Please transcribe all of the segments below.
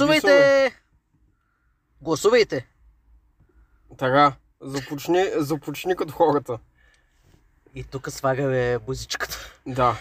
Гласувайте! Гласувайте! Така, започни, започни като хората. И тук слагаме музичката. Да.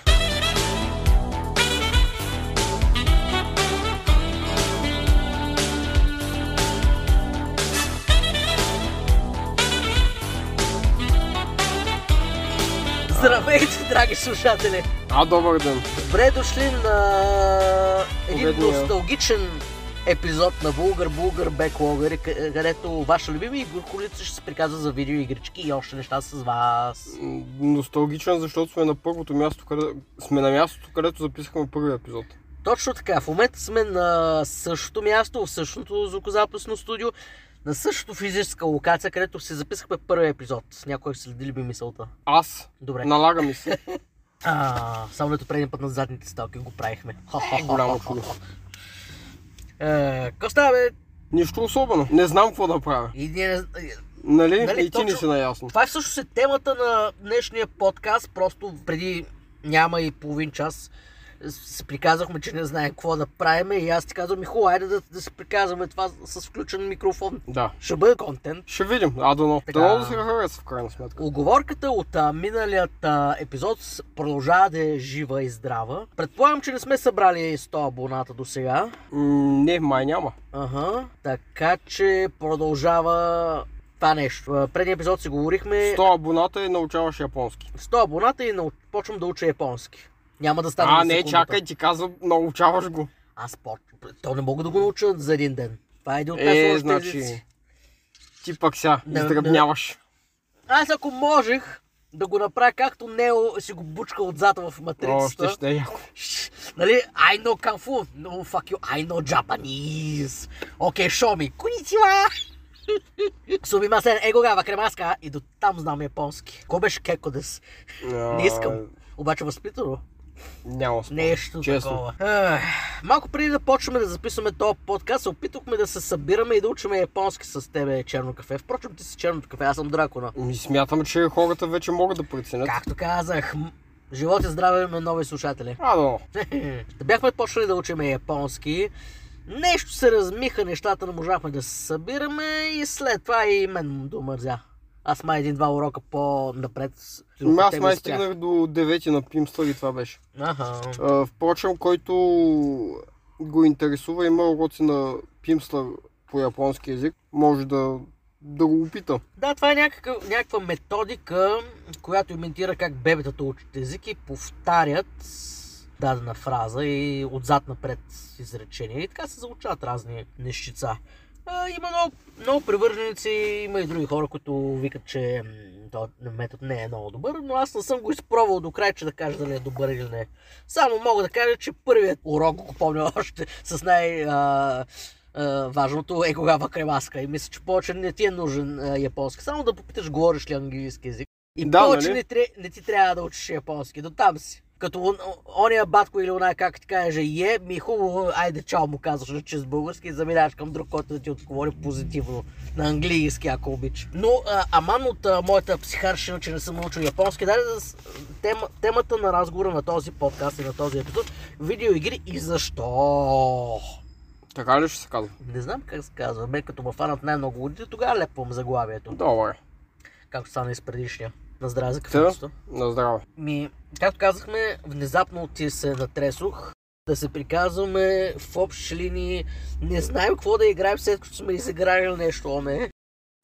Здравейте, драги слушатели! А, добър ден. Добре дошли на един Поредния. носталгичен епизод на Булгар Булгар Беклогър, където ваша любима Игорколица ще се приказва за видеоигрички и още неща с вас. М, Носталгичен, защото сме на първото място, къде... сме на мястото, където записахме първия епизод. Точно така, в момента сме на същото място, в същото звукозаписно студио, на същото физическа локация, където си записахме първия епизод. Някой е следили би мисълта. Аз, Добре. налага ми се. А, само дето предния път на задните сталки го правихме. Голямо чудо. Е, Какво става, бе? Нищо особено. Не знам какво да правя. И ние не... зн- Нали? Нали, и ти не точно- си наясно. Това е всъщност е темата на днешния подкаст. Просто преди няма и половин час се приказахме, че не знаем какво да правим и аз ти казвам, ми хубаво, айде да, да се приказваме това с включен микрофон. Да. Ще бъде контент. Ще видим. А, дано. Така. Дано да се хареса в крайна сметка. Оговорката от а, миналият а, епизод с- продължава да е жива и здрава. Предполагам, че не сме събрали 100 абоната до сега. М, не, май няма. Ага, така че продължава това нещо. А, Предния епизод си говорихме 100 абоната и научаваш японски. 100 абоната и нау- почвам да уча японски. Няма да стане А, за не, секундата. чакай, ти казвам, научаваш го. Аз по... То не мога да го науча за един ден. Това е един от Е, най-сложните значи- езици. Ти пък сега Не, издръбняваш. Аз ако можех да го направя както Нео си го бучка отзад в О, ще матрицата. ще е яко. Шш, Нали, I know Kung Fu, no fuck you, I know Japanese. Окей, okay, show me. Konnichiwa! Субимасен, его гава, кремаска. И до там знам японски. Ко беше кекодес? А, Не искам. Обаче възпитано. Няма спор. Нещо Честно. такова. Ах, малко преди да почнем да записваме този подкаст, се опитахме да се събираме и да учиме японски с тебе черно кафе. Впрочем, ти си черното кафе, аз съм дракона. Ми смятам, че хората вече могат да преценят. Както казах, м- живот и здраве на нови слушатели. А, да. Да бяхме почнали да учиме японски. Нещо се размиха нещата, не можахме да се събираме и след това и мен домързя. Аз май един-два урока по-напред. с- Ами Аз те май ми спрях. стигнах до 9 на Пимстър и това беше. Аха. А, впрочем, който го интересува, има уроци на Пимстър по японски язик, може да, да го опита. Да, това е някакъв, някаква методика, която имитира как бебетата учат език и повтарят дадена фраза и отзад напред изречение. И така се заучават разни нещица. А, има много, много привърженици, има и други хора, които викат, че м, този метод не е много добър, но аз не съм го изпробвал до край, че да кажа дали е добър или не. Само мога да кажа, че първият урок го помня още с най- а, а, важното е кога кремаска. И мисля, че повече не ти е нужен а, японски. Само да попиташ, говориш ли английски язик. И Да, повече нали? не, тре- не, ти трябва да учиш японски. До там си. Като он- ония батко или оная, как ти каже, е, ми хубаво, айде чао му казваш на чист български и заминаваш към друг, който да ти отговори позитивно на английски, ако обича. Но а, аман от а, моята психарщина, че не съм научил японски, даде да с- тема, темата на разговора на този подкаст и на този епизод видеоигри и защо. Така ли ще се казва? Не знам как се казва. Мен като ме фанат най-много годите, тогава лепвам заглавието. Добре, Както стана и с предишния. На здраве за Та. кафето. на здраве. Ми, както казахме, внезапно ти се натресох да се приказваме в общи линии. Не знаем какво да играем след като сме изиграли нещо, о не.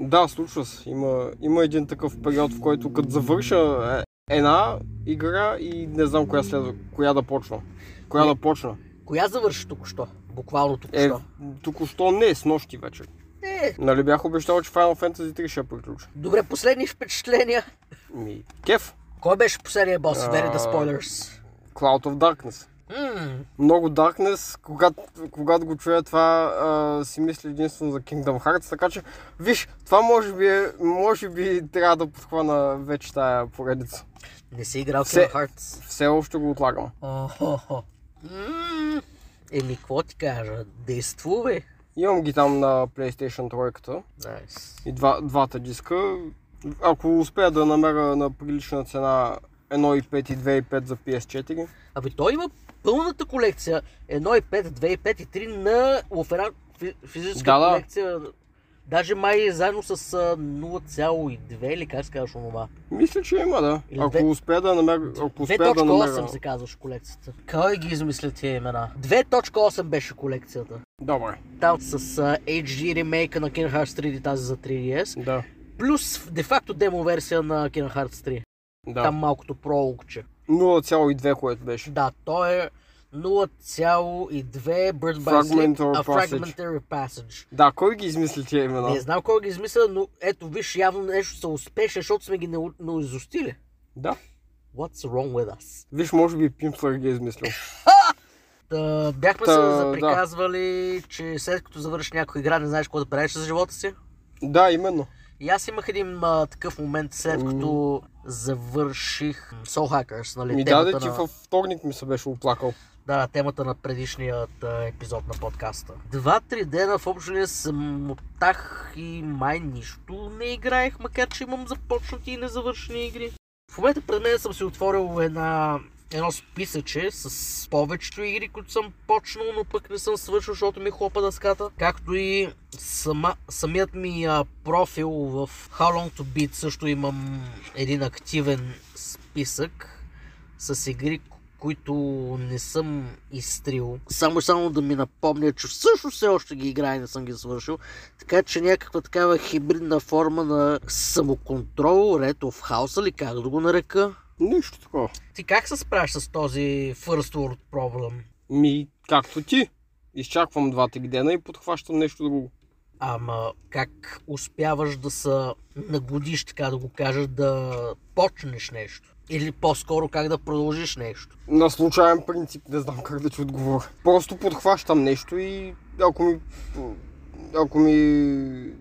Да, случва се. Има, има един такъв период, в който като завърша е- една игра и не знам коя следва, коя да почна. Коя да почна. Коя завърши току-що? Буквално Е, току-що. току-що не, с нощи вече. Е. е. Нали бях обещал, че Final Fantasy 3 ще приключи. Добре, последни впечатления. Ми, кеф. Кой беше последният бос? А. Very the spoilers. Cloud of Darkness. Ммм, Много Darkness, когато, когато го чуя това, а, си мисля единствено за Kingdom Hearts, така че, виж, това може би, е- може би трябва да подхвана вече тая поредица. не си играл Все- Kingdom Hearts. Все още го отлагам. Охо. М, Еми, какво ти кажа? Действувай. Имам ги там на PlayStation 3 Найс. и два, двата диска. Ако успея да намеря на прилична цена 1.5 и 2.5 за PS4, Абе, той има пълната колекция 1.5, 2.5 и 3 на Лофера фи- физическа Да, да. колекция. Даже май е заедно с а, 0.2 или как се казваш онова. Мисля, че има, да. Или две- Ако успея да намеря... Ако успея да 2.8 намеря... се казваш колекцията. Кой ги измисля тия имена? 2.8 беше колекцията. Добре, Там с а, HD ремейка на Kingdom Hearts 3D тази за 3DS. да. Плюс де-факто демо версия на Kingdom Hearts 3. Да. Там малкото прологче. 0,2, което беше. Да, то е 0,2 Bird by Sleep, Fragmentary а Passage. Fragmentary Passage. Да, кой ги измисли тия имена? Не знам кой ги измисля, но ето виж, явно нещо са успешни, защото сме ги нау- наизустили. Да. What's wrong with us? Виж, може би Пимслър ги е измислил. Та, бяхме Та, да. се заприказвали, че след като завършиш някоя игра, не знаеш какво да правиш с живота си. Да, именно. И аз имах един а, такъв момент, след Мгм. като завърших м, Soul Hackers, нали? Ми темата даде ти на... във вторник ми се беше оплакал. Да, темата на предишният а, епизод на подкаста. Два-три дена в общо не съм мотах и май нищо не играех, макар че имам започнати и незавършени игри. В момента пред мен съм си отворил една, едно списъче с повечето игри, които съм почнал, но пък не съм свършил, защото ми хлопа дъската. Както и сама, самият ми а, профил в How Long To Beat също имам един активен списък с игри, к- които не съм изтрил. Само и само да ми напомня, че всъщност все още ги играя и не съм ги свършил. Така че някаква такава хибридна форма на самоконтрол, Red of House или как да го нарека. Нищо такова. Ти как се справиш с този First World Problem? Ми, както ти. Изчаквам два-три дена и подхващам нещо друго. Ама как успяваш да се нагодиш, така да го кажеш, да почнеш нещо? Или по-скоро как да продължиш нещо? На случайен принцип не знам как да ти отговоря. Просто подхващам нещо и ако ми, ако ми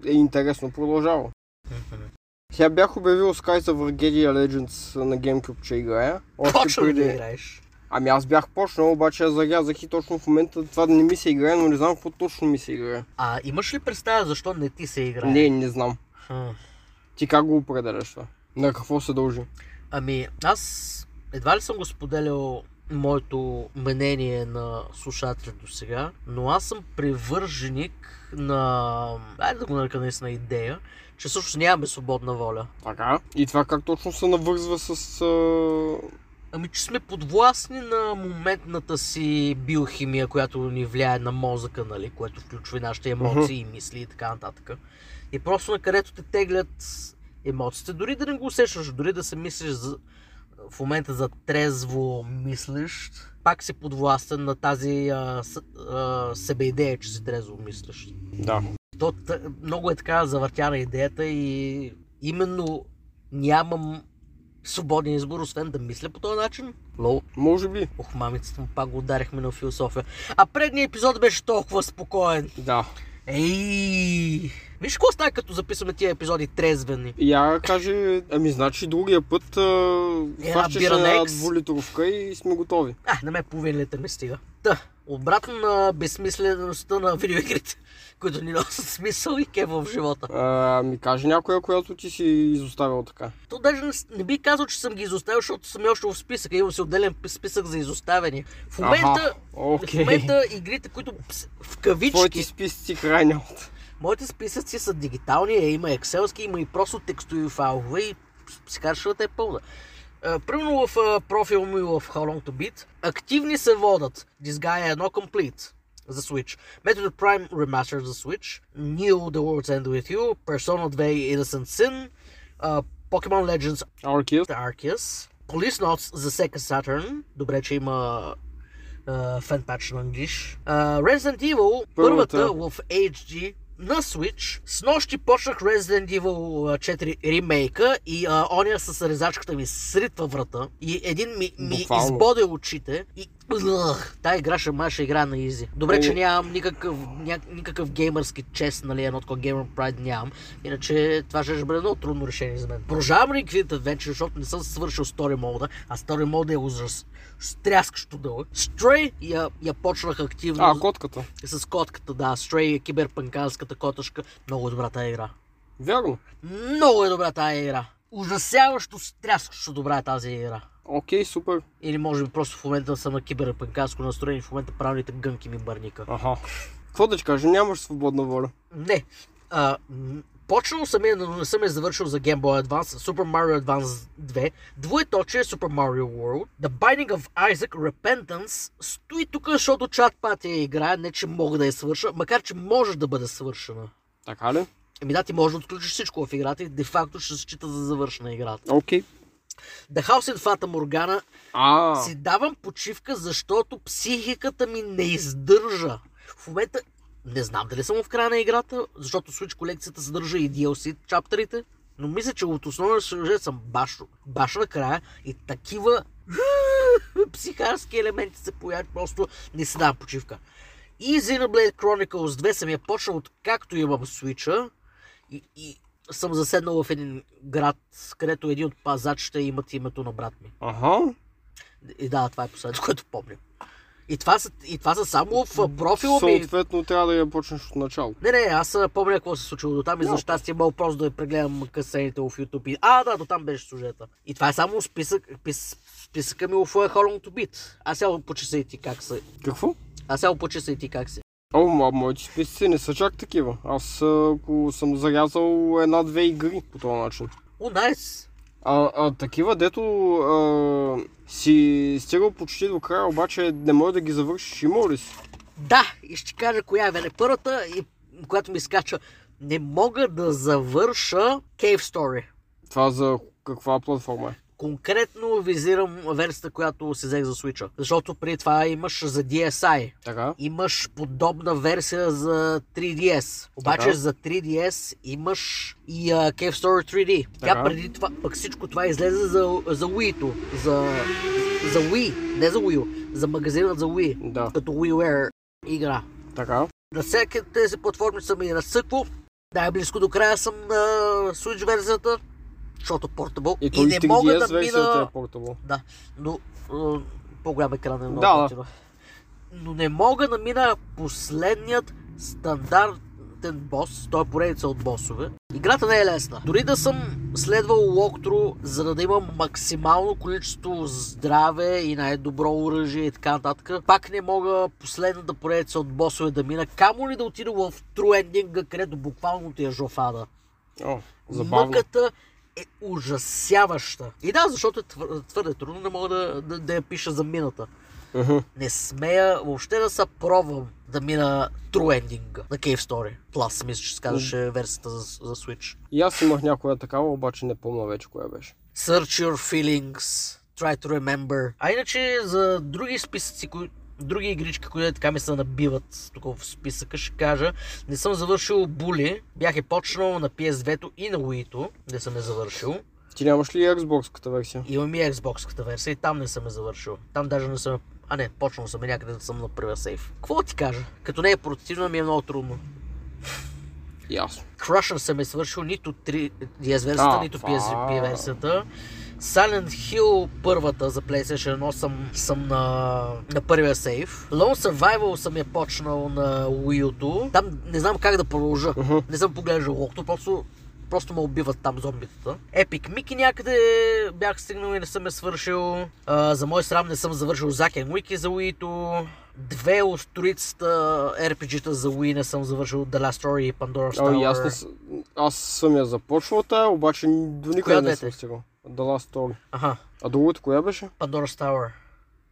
е интересно, продължавам. Мгм. Сега бях обявил Sky of Arcadia Legends на GameCube, че играя. Още Почна ли преди... да играеш. Ами аз бях почнал, обаче я зарязах и точно в момента това не ми се играе, но не знам какво точно ми се играе. А имаш ли представа защо не ти се играе? Не, не знам. Хм. Ти как го определяш това? На какво се дължи? Ами, аз едва ли съм го споделял моето мнение на слушателите до сега, но аз съм привърженик на, айде да го нарека наистина идея, че всъщност нямаме свободна воля. Така. И това как точно се навързва с... А... Ами, че сме подвластни на моментната си биохимия, която ни влияе на мозъка, нали, което включва и нашите емоции, мисли и така нататък. И просто на където те теглят емоциите, дори да не го усещаш, дори да се мислиш за, в момента за трезво мислещ, пак си подвластен на тази а, с, а, себеидея, че си трезво мислещ. Да. То т- много е така завъртяна идеята и именно нямам свободен избор, освен да мисля по този начин. Лоу, Може би. ох, мамицата му пак го ударихме на философия. А предният епизод беше толкова спокоен. Да. Ей! Виж какво става като записваме тия епизоди трезвени. Я каже, ами значи другия път а... Една хващаш бира на една екс. двулитровка и сме готови. А, на мен половин литър ми стига. Та, обратно на безсмислеността на видеоигрите, които ни носят смисъл и кеф в живота. А, ми каже някоя, която ти си изоставил така. То даже не, с- не би казал, че съм ги изоставил, защото съм още в списъка. Имам си отделен пи- списък за изоставени. В момента, Аха, окей. в момента игрите, които пс- в кавички, Твоите списъци край нямат. моите списъци са дигитални, е, има екселски, има и просто текстови файлове и психаршата е пълна. А, Примерно в а, профил ми в How Long To Beat, активни се водат Disgaea 1 Complete за Switch, Method Prime Remastered за Switch, Neo The World's End With You, Persona 2 Innocent Sin, а, Pokemon Legends Аркият. The Arceus, Police Notes за Sega Saturn, добре, че има а, фен патч на англиш, А, Resident Evil, първата. Първата. в HD на Switch, с нощи почнах Resident Evil а, 4 ремейка и а, оня с резачката ми сритва врата и един ми, ми Буквално. избоде очите и Ugh, тая игра ще маша игра на изи. Добре, че Е. нямам никакъв, ня, никакъв геймърски чест, нали, едно такова геймър прайд нямам. Иначе това ще, ще бъде много трудно решение за мен. Продължавам Реквита вече, защото не съм свършил стори мода, а стори мода е ужас. Стряскащо дълъг. Стрей я, я почнах активно А, котката. с котката, да. Стрей е киберпанканската котъчка. Много е добра тая игра. Вярно. Много е добра тая игра. Ужасяващо, стряскащо добра е тази игра. Окей, супер. Или може би просто в момента съм на киберпанканско настроение и в момента правилните гънки ми бърника. Аха. Какво да ти кажа, нямаш свободна воля. Не. А, м, почнал съм я, но не съм я завършил за Game Boy Advance, Super Mario Advance 2, двоеточие е Super Mario World, The Binding of Isaac, Repentance, стои тук, защото чат пати я играя, не че мога да я свърша, макар че може да бъде свършена. Така ли? Еми да, ти можеш да отключиш всичко в играта и де-факто ще се счита за завършена играта. Окей. The House in Fata Morgana А, си давам почивка, защото психиката ми не издържа. В момента не знам дали съм в края на играта, защото Switch колекцията съдържа и DLC чаптерите, но мисля, че от основния сюжет съм баш, баш на края и такива психарски елементи се появят, просто не си давам почивка. И Xenoblade Chronicles 2 съм я почнал от както имам Switch-а и, и съм заседнал в един град, където един от пазачите имат името на брат ми. аха. И да, това е последното, което помня. И това са, и това са само в а, профила ми. е. Съответно трябва да я почнеш от начало. Не, не, аз а, помня какво се случило до там и за Малко. щастие мога просто да прегледам касените в YouTube. И... А, да, до там беше сюжета. И това е само списък, пис, списъка ми в How Long To Beat. А сега го почесай ти как си. Какво? А сега го почесай ти как си. О, ма, моите списъци не са чак такива. Аз а, ако съм зарязал една-две игри по този начин. О, найс. А, а такива, дето а, си стигал почти до края, обаче не може да ги завършиш, има ли си? Да, и ще ти кажа коя е бе, първата, и, която ми скача. Не мога да завърша Cave Story. Това за каква платформа е? Конкретно визирам версията, която си взех за Switch. Защото при това имаш за DSi. Така? Имаш подобна версия за 3DS. Обаче Така. за 3DS имаш и uh, Cave Story 3D. Тя Така. преди това, пък всичко това излезе за, за Wii-то. За, за Wii, не за Wii, за магазинът за Wii. Да, Като WiiWare игра. така. На всеки от тези платформи съм и разсъквал. Най-близко до края съм на Switch версията, защото портабъл. И, И, той не мога да версията мина... е портабл. Да, но е, по-голям екран е много Да, да. да. Но не мога да мина последният стандартен бос, той е поредица от босове. Играта не е лесна. Дори да съм следвал локтру, за да имам максимално количество здраве и най-добро оръжие и така нататък, пак не мога последната поредица от босове да мина, камо ли да отида в True Ending, където буквално ти е жофада. О, забавно. Мъката е ужасяваща. И да, защото е твър- твърде трудно, не мога да, да, да я пиша за мината. Мгм. Не смея въобще да се пробвам да мина True Ending на Cave Story. Plus, мисля, че се казваше версията за, за Switch. И аз имах някоя такава, обаче не помня вече коя беше. Search Your Feelings, Try to Remember. А иначе за други списъци, кои... други игрички, които така ми се набиват тук в списъка, ще кажа. Не съм завършил Були, бях е почнал на PS2-то и на Wii-то, не съм я завършил. Ти нямаш ли Xbox-ката версия? Имам и Xbox-ката версия и там не съм я завършил. Там даже не съм... А не, почнал съм и някъде да съм на първия сейф. Какво ти кажа? Като не е противно, ми е много трудно. Ясно. Crusher съм е свършил нито 3 DS версията, А, нито това. PSP версията. Silent Hill първата за PlayStation 1 съм, съм на, на първия сейф. Lone Survival съм я почнал на Wii U. Там не знам как да продължа. Мгм. Не съм поглеждал локто, просто Просто ме убиват там зомбитата. Epic Mickey някъде бях стигнал и не съм я свършил. А, за мой срам не съм завършил Zack and Wiki за Wii-то. Две от сторицата RPG-та за Wii не съм завършил The Last Story и Pandora's А, Tower. и аз, не с- аз съм я започвал тая, обаче до Коя никъде не двете? съм стигал. The Last Story. Аха, А другото коя беше? Pandora's Tower.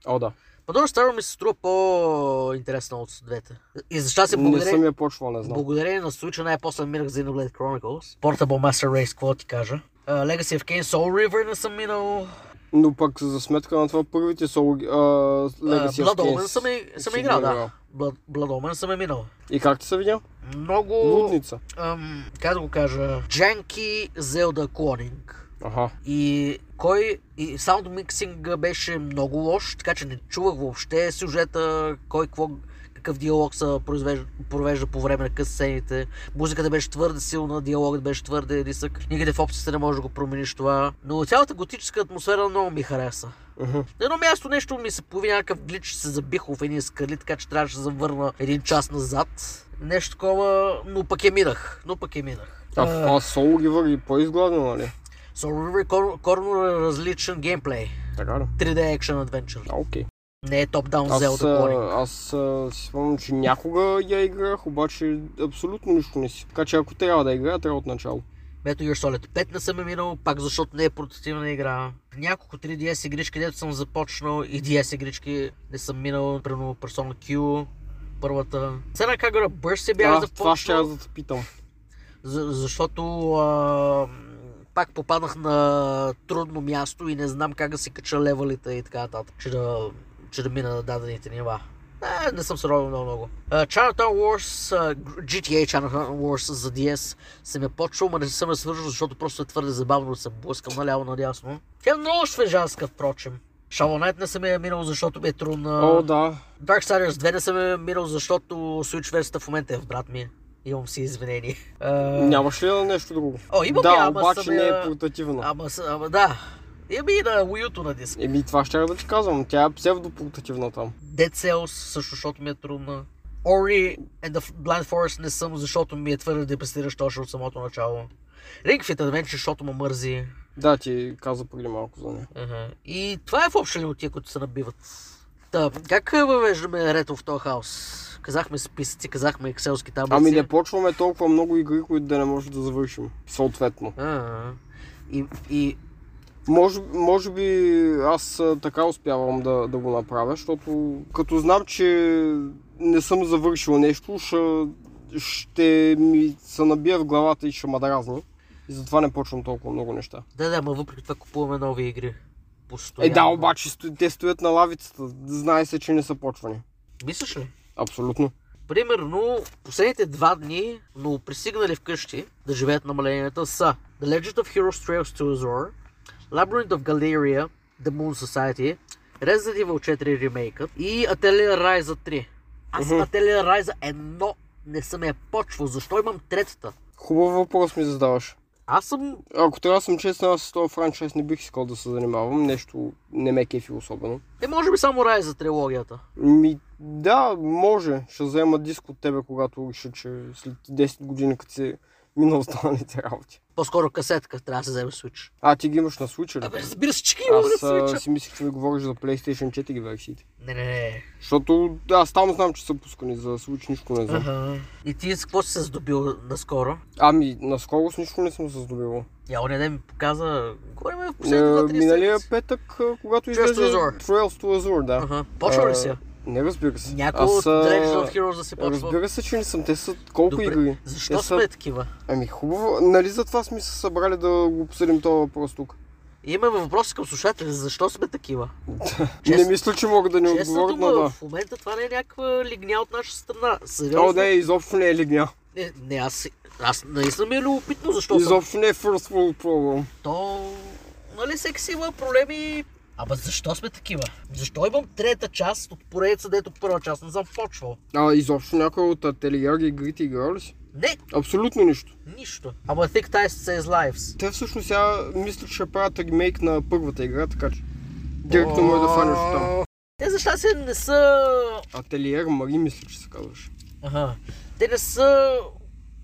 О, да. Pandora's Tower ми се струва по-интересна от двете. И за щастие, Не съм благодарение, я почвал, не знам. благодарение на случая най-после минах за Xenoblade Chronicles. Portable Master Race, какво да ти кажа. А, Legacy of Kain, Soul River не съм минал. Но пък за сметка на това първите соло... а, А, Legacy of Blood Kings Omen съм, и- съм си играл, ги да. Blood, Blood Omen съм е минал. И как ти се видя? Много, Лудница. ам, как да го кажа, джанки Zelda Cloning. Аха. И кой... И саунд миксинг беше много лош, така че не чувах въобще сюжета, кой какво, какъв диалог се произвежда, провежда по време на къс сцените. Музиката беше твърде силна, диалогът беше твърде рисък. Никъде в опцията не може да го промениш това. Но цялата готическа атмосфера много ми хареса. Мгм. На едно място нещо ми се появи някакъв глич, че се забих в едни скали, така че трябваше да завърна един час назад. Нещо такова, но пък е минах. Но пък е минах. А това соло ги върви по-изгладно, нали? Soul River е кор- коренно различен геймплей. Така ли? 3D Action Adventure. А, окей. Не е топ-даун Аз, Zelda клоник. а, аз а, си спомням, че някога я играх, обаче абсолютно нищо не си. Така че ако трябва да играя, трябва от начало. Metal Gear Solid 5 не съм е минал, пак защото не е портативна игра. Няколко 3DS игрички, дето съм започнал и DS игрички не съм минал, примерно Persona Q, първата. Сега Кагара Бърш се бях Да, това ще започнал, аз да те питам. за- защото а, пак попаднах на трудно място и не знам как да си кача левелите и така нататък, че да, че да мина на дадените нива. Не, не съм се ровил много много. Uh, Chinatown Wars, а, Gr- GTA Chinatown Wars за DS съм я почвал, но не съм я свържил, защото просто е твърде забавно да се блъскам наляво надясно. Тя е много свежанска, впрочем. Shovel Knight не съм я минал, защото ми е трудна. О, да. Darksiders 2 не съм я минал, защото Switch версията в момента е в брат ми. Имам си извинение. А, Нямаш ли нещо друго? О, имам я, да, ама обаче съм не е я- портативна. Ама, с- ама да. Еми и на Wii U на диск. Еми, това ще да ти казвам. Тя е псевдопортативна там. Dead Cells също, защото ми е трудна. Ori and the Blind Forest не съм, защото ми е твърде депресиращ още от самото начало. Ring Fit Adventure, защото ме мързи. Да, ти каза преди малко за нея. Ага. И това е в общи от тия, които се набиват. Та, как въвеждаме ред в този хаос? Казахме списъци, казахме екселски таблици. Ами не почваме толкова много игри, които да не може да завършим. Съответно. А, И, и Може, може би аз а, така успявам да, да го направя, защото като знам, че не съм завършил нещо, ще, ще ми се набия в главата и ще ма дразни. И затова не почвам толкова много неща. да, да, ма въпреки това купуваме нови игри. Е, Постоянно. да, обаче сто- те стоят на лавицата. Знае се, че не са почвани. Мислиш ли? Абсолютно. Примерно, последните два дни, но присигнали вкъщи да живеят намаленията са The Legend of Heroes Trails to Azure, Labyrinth of Galeria, The Moon Society, Resident Evil 4 Remake и Atelier Rise 3. Аз Мгм. Atelier Rise 1 не съм я почвал. Защо имам третата? Хубав въпрос ми задаваш. Аз съм... Ако трябва да съм честен, аз с този франчайз не бих искал да се занимавам. Нещо не ме кефи особено. Е, може би само Rise трилогията. Ми, да, може. Ще взема диск от тебе, когато реша, че след 10 години, като си мина останалите работи. По-скоро касетка трябва да се вземе Switch. А, ти ги имаш на Switch ли? Абе, разбира се, че ги имам Аз на а, Switch. си мислих, че ми говориш за PlayStation 4 версиите. Не, не, не. Защото да, аз там знам, че са пускани, за Switch нищо не знам. Аха. И ти с какво си се здобил наскоро? Ами, наскоро с нищо не съм се здобивал. Я оня ден ми показа... Говорим в Е, последните два-три Миналия седмици. петък, а, когато Trails to излезе Azure. Trails to Azure, да. Аха. Почва ли А, си? я? Не разбира се. Някой от а, Legends of Heroes да се почва. Разбира се, че не съм. Те са колко Добре. игри. Защо Те са- сме такива? Ами хубаво, нали за това сме се събрали да го обсъдим този въпрос тук? Имаме въпроси към слушателите. Защо сме такива? Чест- Не мисля, че могат да ни Честно отговорят, но дума, да. в момента това не е някаква лигня от наша страна. О, не, Сериозно. изобщо не е лигня. Не, не, аз, си- аз наистина ми е любопитно защо съм. Изобщо не е first world problem. То, нали всеки си има проблеми. Абе защо сме такива? Защо имам трета част от поредица, дето първа част не съм почвал? А, изобщо някой от Ателиар игрите играл ли си? Не, Абсолютно нищо. нищо. Ама Thick Ties Says Lives. Те всъщност сега мисля, че ще правят ремейк на първата игра, така че директно му е да фанеш от там. Те за щастие не са... Ателиер Мари мисля, че се казваше. Аха. Те не са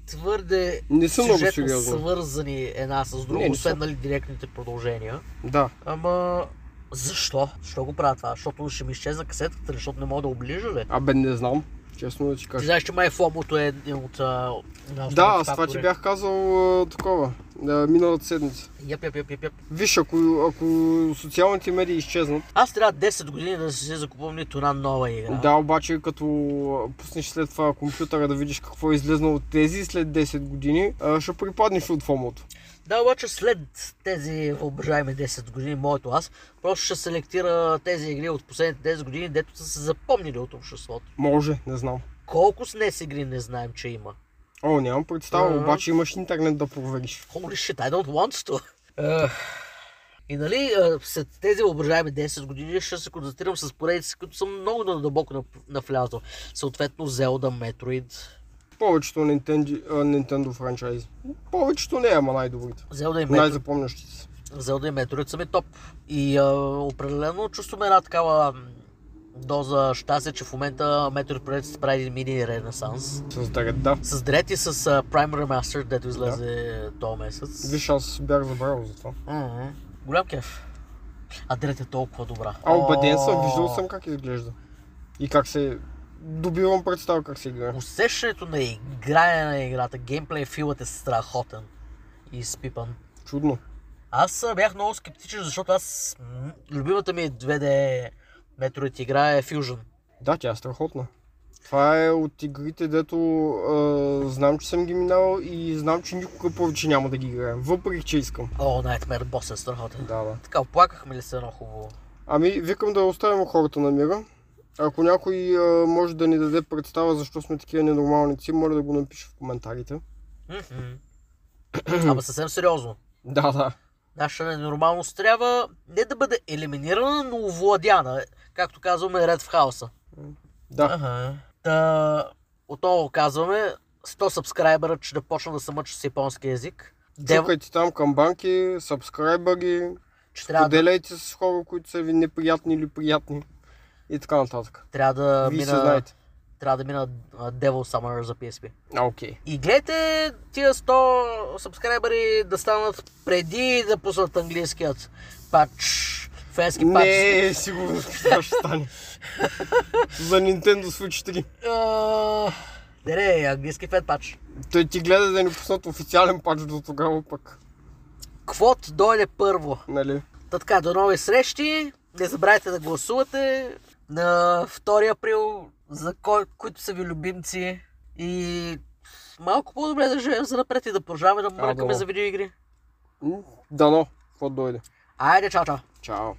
твърде Не съм много сюжетно сериозно. свързани една с друга, Не, не освен са. нали директните продължения. Да. Ама защо? Защо го правя това? Защото ще ми изчезна касетката, ли? защото не мога да оближа ли? Абе не знам, честно да ти Ти кажа. знаеш, че май фомото е един от... а, на Да, аз това ти фактори. бях казал а, такова, а, миналата седмица. Яп, яп, яп, яп, яп. Виж, ако, ако социалните медии изчезнат, Аз трябва 10 години да не си закупувам нито една нова игра. да, обаче като пуснеш след това компютъра да видиш какво е излезнало от тези след 10 години, а, ще припаднеш от фомото. Да, обаче след тези въображаеми 10 години, моето аз, просто ще селектира тези игри от последните 10 години, дето са се запомнили от обществото. Може, не знам. Колко с днес игри не знаем, че има? О, нямам представа, Мгм. обаче имаш интернет да провериш. Holy shit, I don't want to. Ех. И нали, е, след тези въображаеми 10 години ще се концентрирам с поредици, които съм много дълбоко нав- навлязъл. Съответно, Zelda, Metroid, Повечето Nintendo, а, Nintendo франчайзи. Повечето не, ама най-добрите. Zelda и Metroid. Най-запомнящите се. Зелда и Метроид са ми е топ. И а, определено чувстваме една такава м, доза щастие, че в момента Метроид Project се прави един мини ренесанс. С Дарет, да. С Дред и с а, Prime Remastered, дето излезе този месец. Виж, аз бях забравил за това. Мгм. Голям кеф. А дрет е толкова добра. А убеден съм, О, виждал съм как изглежда. И как се... Добивам представа как се играе. Усещането на играе на играта, геймплей филът е страхотен и изпипан. Чудно. Аз а, бях много скептичен, защото аз м, любимата ми 2D Metroid игра е Fusion. Да, тя е страхотна. Това е от игрите, дето а, знам, че съм ги минавал и знам, че никога повече няма да ги играем. Въпреки, че искам. О, Nightmare Boss е страхотен. Да, да. Така, оплакахме ли се едно хубаво? Ами, викам да оставим хората на мира. Ако някой а, може да ни даде представа защо сме такива ненормалници, моля да го напише в коментарите. Мгм. Ама съвсем сериозно. Да, да. Наша ненормалност трябва не да бъде елиминирана, но овладяна. Както казваме, ред в хаоса. Да, Ага. Та, отново казваме, 100 сабскрайбера, че да почна да се мъча с японски язик. Дев, чукайте там камбанки, сабскрайбъри, че трябва да, поделяйте с хора, които са ви неприятни или приятни и така нататък. трябва да Вие се мина, знаете. трябва да мина а, Devil Summoner за PSP. А, окей. И гледайте тия 100 сабскрайбери да станат преди да пуснат английският пач, фенски пач. Не, сигурно това ще стане. За Nintendo Switch 3. А, Не, не, английски фен пач. Той ти гледа да ни пуснат официален пач до тогава пък, Квот дойде първо. нали? Та така, до нови срещи. Не забравяйте да гласувате на 2 април, за кой, които са ви любимци. И малко по-добре да живеем за напред и да продължаваме да мръкаме да. за видеоигри. М, Дано, какво дойде. Айде, чао, чао! Чао.